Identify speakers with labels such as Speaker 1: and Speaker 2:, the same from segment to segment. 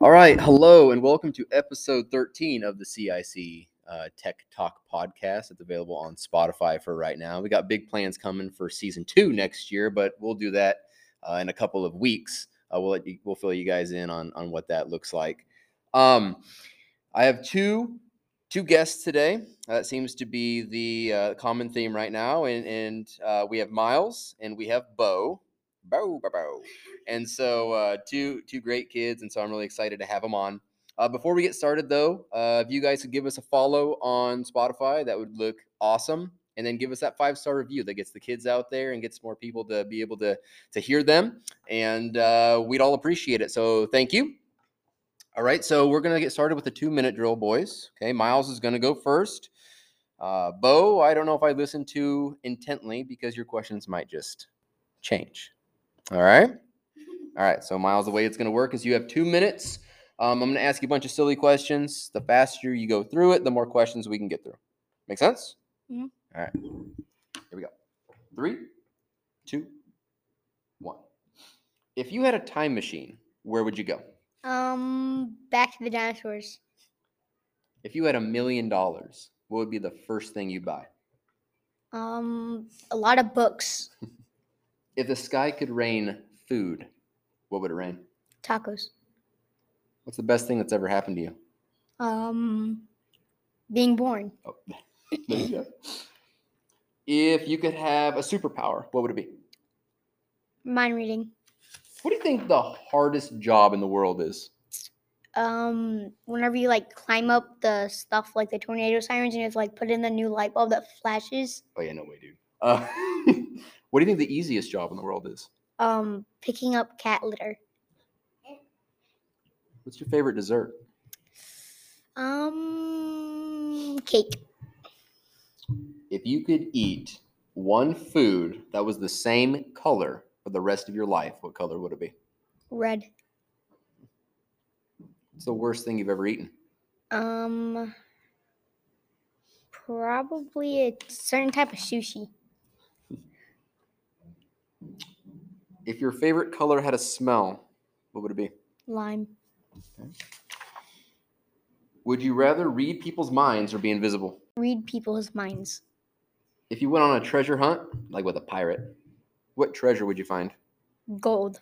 Speaker 1: All right, hello and welcome to episode 13 of the CIC uh, Tech Talk podcast. It's available on Spotify for right now. We got big plans coming for season two next year, but we'll do that uh, in a couple of weeks. Uh, we'll let you, we'll fill you guys in on on what that looks like. Um, I have two two guests today. Uh, that seems to be the uh, common theme right now, and and uh, we have Miles and we have Bo. Bo, Bo, Bo. And so, uh, two two great kids, and so I'm really excited to have them on. Uh, before we get started, though, uh, if you guys could give us a follow on Spotify, that would look awesome. And then give us that five star review that gets the kids out there and gets more people to be able to to hear them, and uh, we'd all appreciate it. So thank you. All right, so we're gonna get started with the two minute drill, boys. Okay, Miles is gonna go first. Uh, Bo, I don't know if I listened to intently because your questions might just change. All right. All right. So, Miles, the way it's going to work is you have two minutes. Um, I'm going to ask you a bunch of silly questions. The faster you go through it, the more questions we can get through. Make sense?
Speaker 2: Mhm.
Speaker 1: All right. Here we go. Three, two, one. If you had a time machine, where would you go?
Speaker 2: Um, back to the dinosaurs.
Speaker 1: If you had a million dollars, what would be the first thing you buy?
Speaker 2: Um, a lot of books.
Speaker 1: If the sky could rain food, what would it rain?
Speaker 2: Tacos.
Speaker 1: What's the best thing that's ever happened to you?
Speaker 2: Um, being born.
Speaker 1: Oh, there you go. If you could have a superpower, what would it be?
Speaker 2: Mind reading.
Speaker 1: What do you think the hardest job in the world is?
Speaker 2: Um, whenever you like climb up the stuff like the tornado sirens and you have to like put in the new light bulb that flashes.
Speaker 1: Oh yeah, no way, dude. Uh, what do you think the easiest job in the world is?
Speaker 2: Um, picking up cat litter.
Speaker 1: What's your favorite dessert?
Speaker 2: Um, cake.
Speaker 1: If you could eat one food that was the same color for the rest of your life, what color would it be?
Speaker 2: Red.
Speaker 1: It's the worst thing you've ever eaten.
Speaker 2: Um, probably a certain type of sushi.
Speaker 1: If your favorite color had a smell, what would it be?
Speaker 2: Lime.
Speaker 1: Would you rather read people's minds or be invisible?
Speaker 2: Read people's minds.
Speaker 1: If you went on a treasure hunt, like with a pirate, what treasure would you find?
Speaker 2: Gold.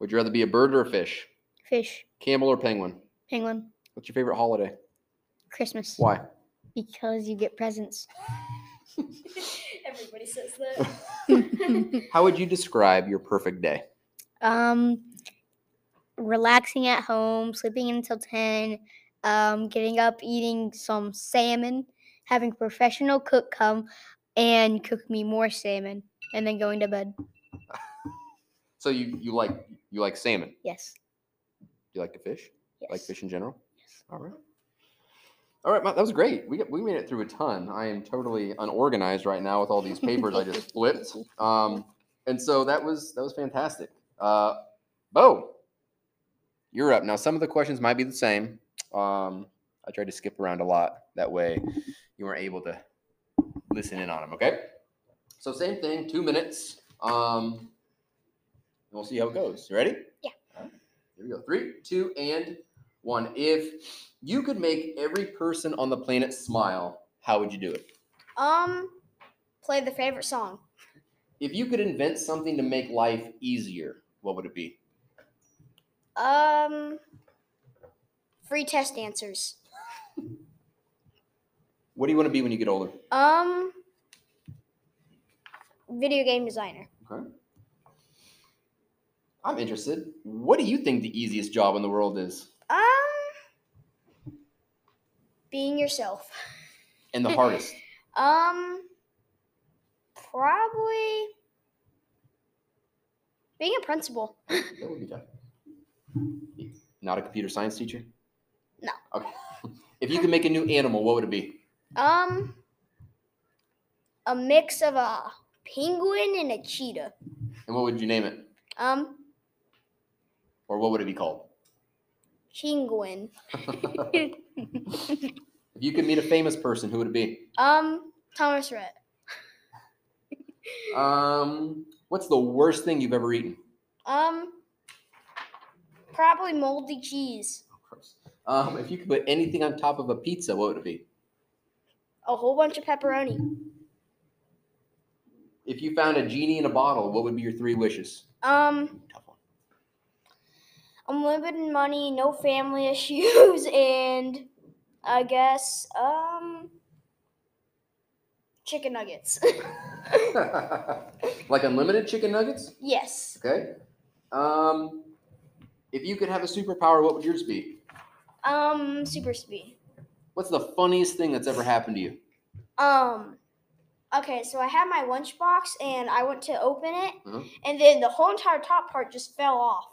Speaker 1: Would you rather be a bird or a fish?
Speaker 2: Fish.
Speaker 1: Camel or penguin?
Speaker 2: Penguin.
Speaker 1: What's your favorite holiday?
Speaker 2: Christmas.
Speaker 1: Why?
Speaker 2: Because you get presents.
Speaker 3: Everybody says that.
Speaker 1: How would you describe your perfect day?
Speaker 2: Um, relaxing at home, sleeping until 10, um, getting up, eating some salmon, having a professional cook come and cook me more salmon, and then going to bed.
Speaker 1: So you, you like you like salmon.
Speaker 2: Yes.
Speaker 1: You like to fish?
Speaker 2: yes.
Speaker 1: Like fish in general? Yes. All right. All right, Ma- that was great. We got, we made it through a ton. I am totally unorganized right now with all these papers I just flipped. Um, and so that was that was fantastic. Uh, Bo, you're up now. Some of the questions might be the same. Um, I tried to skip around a lot. That way, you weren't able to listen in on them. Okay. So same thing. Two minutes. Um, and we'll see how it goes. You ready?
Speaker 2: Yeah.
Speaker 1: All right. Here we go. Three, two, and one. If you could make every person on the planet smile, how would you do it?
Speaker 3: um, play the favorite song.
Speaker 1: If you could invent something to make life easier, what would it be?
Speaker 3: Um, free test answers.
Speaker 1: What do you want to be when you get older?
Speaker 3: Um, video game designer.
Speaker 1: Okay. I'm interested. What do you think the easiest job in the world is
Speaker 3: Um, being yourself.
Speaker 1: and the hardest?
Speaker 3: Um, probably being a principal.
Speaker 1: That would be tough. Not a computer science teacher?
Speaker 3: No.
Speaker 1: Okay. If you could make a new animal, what would it be?
Speaker 3: Um, a mix of a penguin and a cheetah.
Speaker 1: And what would you name it?
Speaker 3: Um,
Speaker 1: Or what would it be called?
Speaker 3: penguin.
Speaker 1: if you could meet a famous person, who would it be?
Speaker 3: Um, Thomas Rhett.
Speaker 1: Um, what's the worst thing you've ever eaten?
Speaker 3: Um, Probably moldy cheese.
Speaker 1: Gross. Um, if you could put anything on top of a pizza, what would it be?
Speaker 3: A whole bunch of pepperoni.
Speaker 1: If you found a genie in a bottle, what would be your three wishes?
Speaker 3: Um,
Speaker 1: Tough one.
Speaker 3: unlimited money, no family issues, and I guess um, chicken nuggets.
Speaker 1: like unlimited chicken nuggets?
Speaker 3: yes.
Speaker 1: Okay. Um, if you could have a superpower, what would yours be?
Speaker 3: Um, super speed.
Speaker 1: What's the funniest thing that's ever happened to you?
Speaker 3: Um, okay, so I had my lunchbox and I went to open it,
Speaker 1: Uh-huh.
Speaker 3: and then the whole entire top part just fell off.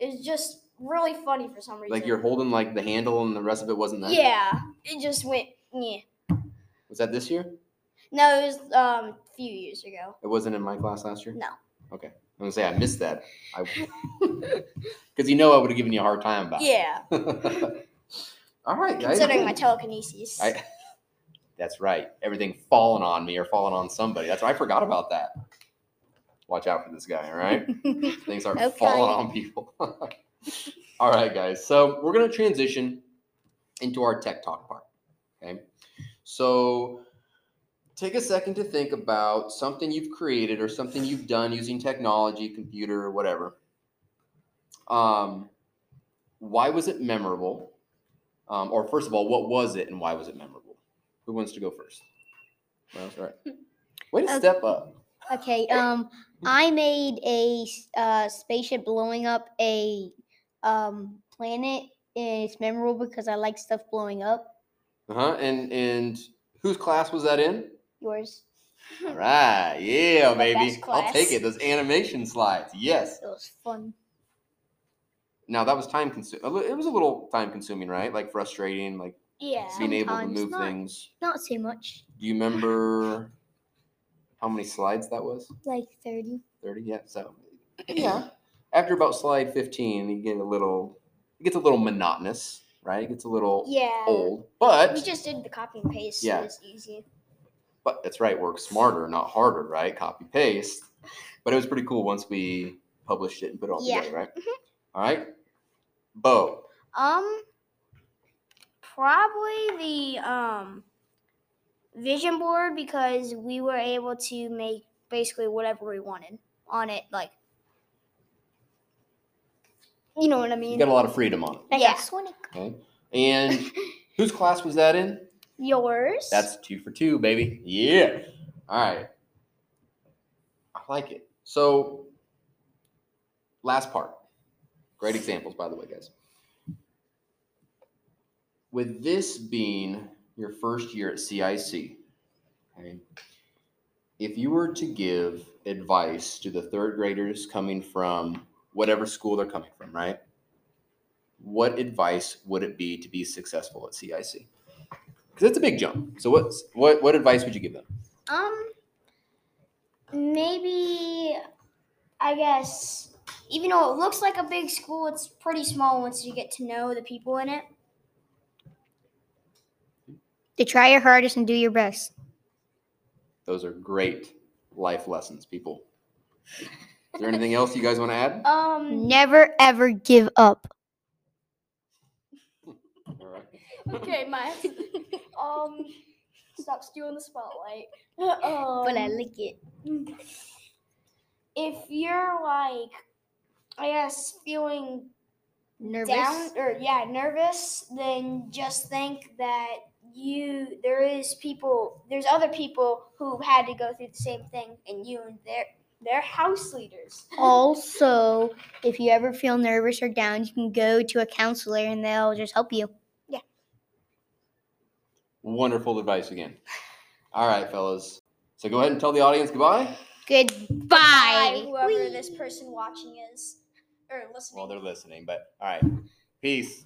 Speaker 3: It's just really funny for some reason.
Speaker 1: Like you're holding like the handle and the rest of it wasn't there?
Speaker 3: Yeah, it just went. Yeah.
Speaker 1: Was that this year?
Speaker 3: No, it was um a few years ago.
Speaker 1: It wasn't in my class last year?
Speaker 3: No.
Speaker 1: Okay. I'm gonna say I missed that. I because you know I would have given you a hard time about it.
Speaker 3: Yeah,
Speaker 1: All right, guys.
Speaker 3: considering my telekinesis.
Speaker 1: I- That's right. Everything falling on me or falling on somebody. That's right. I forgot about that. Watch out for this guy, all right? Things are
Speaker 2: Okay.
Speaker 1: falling on people. all right, guys. So we're gonna transition into our tech talk part. Okay. So take a second to think about something you've created or something you've done using technology, computer, or whatever. Um, why was it memorable? Um, or first of all, what was it and why was it memorable? Who wants to go first? Well, that's all right. Way to
Speaker 2: Okay.
Speaker 1: step up.
Speaker 2: Okay. Um, I made a s- uh, spaceship blowing up a um planet, and it's memorable because I like stuff blowing up.
Speaker 1: Uh-huh. And and whose class was that in?
Speaker 2: Yours.
Speaker 1: All right. Yeah,
Speaker 3: The
Speaker 1: baby.
Speaker 3: best
Speaker 1: I'll take
Speaker 3: class.
Speaker 1: it. Those animation slides. Yes.
Speaker 2: It was fun.
Speaker 1: Now that was time consuming. It was a little time consuming, right? Like frustrating, like
Speaker 3: yeah.
Speaker 1: being able to
Speaker 2: Sometimes
Speaker 1: move
Speaker 2: not.
Speaker 1: things.
Speaker 2: Not too much,
Speaker 1: Do you remember how many slides that was?
Speaker 2: like thirty.
Speaker 1: 30? Yeah. So yeah. After about slide 15, you get a little it gets a little monotonous, right? It gets a little
Speaker 3: Yeah.
Speaker 1: old. But
Speaker 3: We just did the copy and paste.
Speaker 1: Oh, Yeah.
Speaker 3: So it's easy.
Speaker 1: but that's right, work smarter, not harder, right? Copy paste. But it was pretty cool once we published it and put it all
Speaker 2: Yeah.
Speaker 1: together, right? All right. Bo.
Speaker 3: Um, probably the um vision board because we were able to make basically whatever we wanted on it. Like, you know what I
Speaker 1: You
Speaker 3: mean?
Speaker 1: got a lot of freedom on it.
Speaker 2: I
Speaker 3: Yeah.
Speaker 2: got Sonic.
Speaker 1: Okay. And whose class was that in?
Speaker 3: Yours.
Speaker 1: That's two for two, baby. Yeah. All right. I like it. So, last part. Great examples, by the way, guys. With this being your first year at CIC, okay, if you were to give advice to the third graders coming from whatever school they're coming from, right? What advice would it be to be successful at CIC? because it's a big jump. So what's what what advice would you give them?
Speaker 3: Um, maybe I guess even though it looks like a big school, it's pretty small once you get to know the people in it.
Speaker 2: To try your hardest and do your best.
Speaker 1: Those are great life lessons, people. Is there anything else you guys want to add?
Speaker 3: Um,
Speaker 2: Never ever give up.
Speaker 1: All right.
Speaker 3: okay, my um, stop stealing the spotlight. um,
Speaker 2: but I like it.
Speaker 3: if you're like, I guess feeling
Speaker 2: Nervous.
Speaker 3: down or yeah nervous then just think that you there is people there's other people who've had to go through the same thing and you and their their house leaders
Speaker 2: Also, if you ever feel nervous or down, you can go to a counselor and they'll just help you.
Speaker 1: Wonderful advice again. All right, fellas. So go ahead and tell the audience goodbye
Speaker 2: Goodbye.
Speaker 3: by whoever
Speaker 2: Whee!
Speaker 3: this person watching is or listening
Speaker 1: while they're listening. But all right, peace.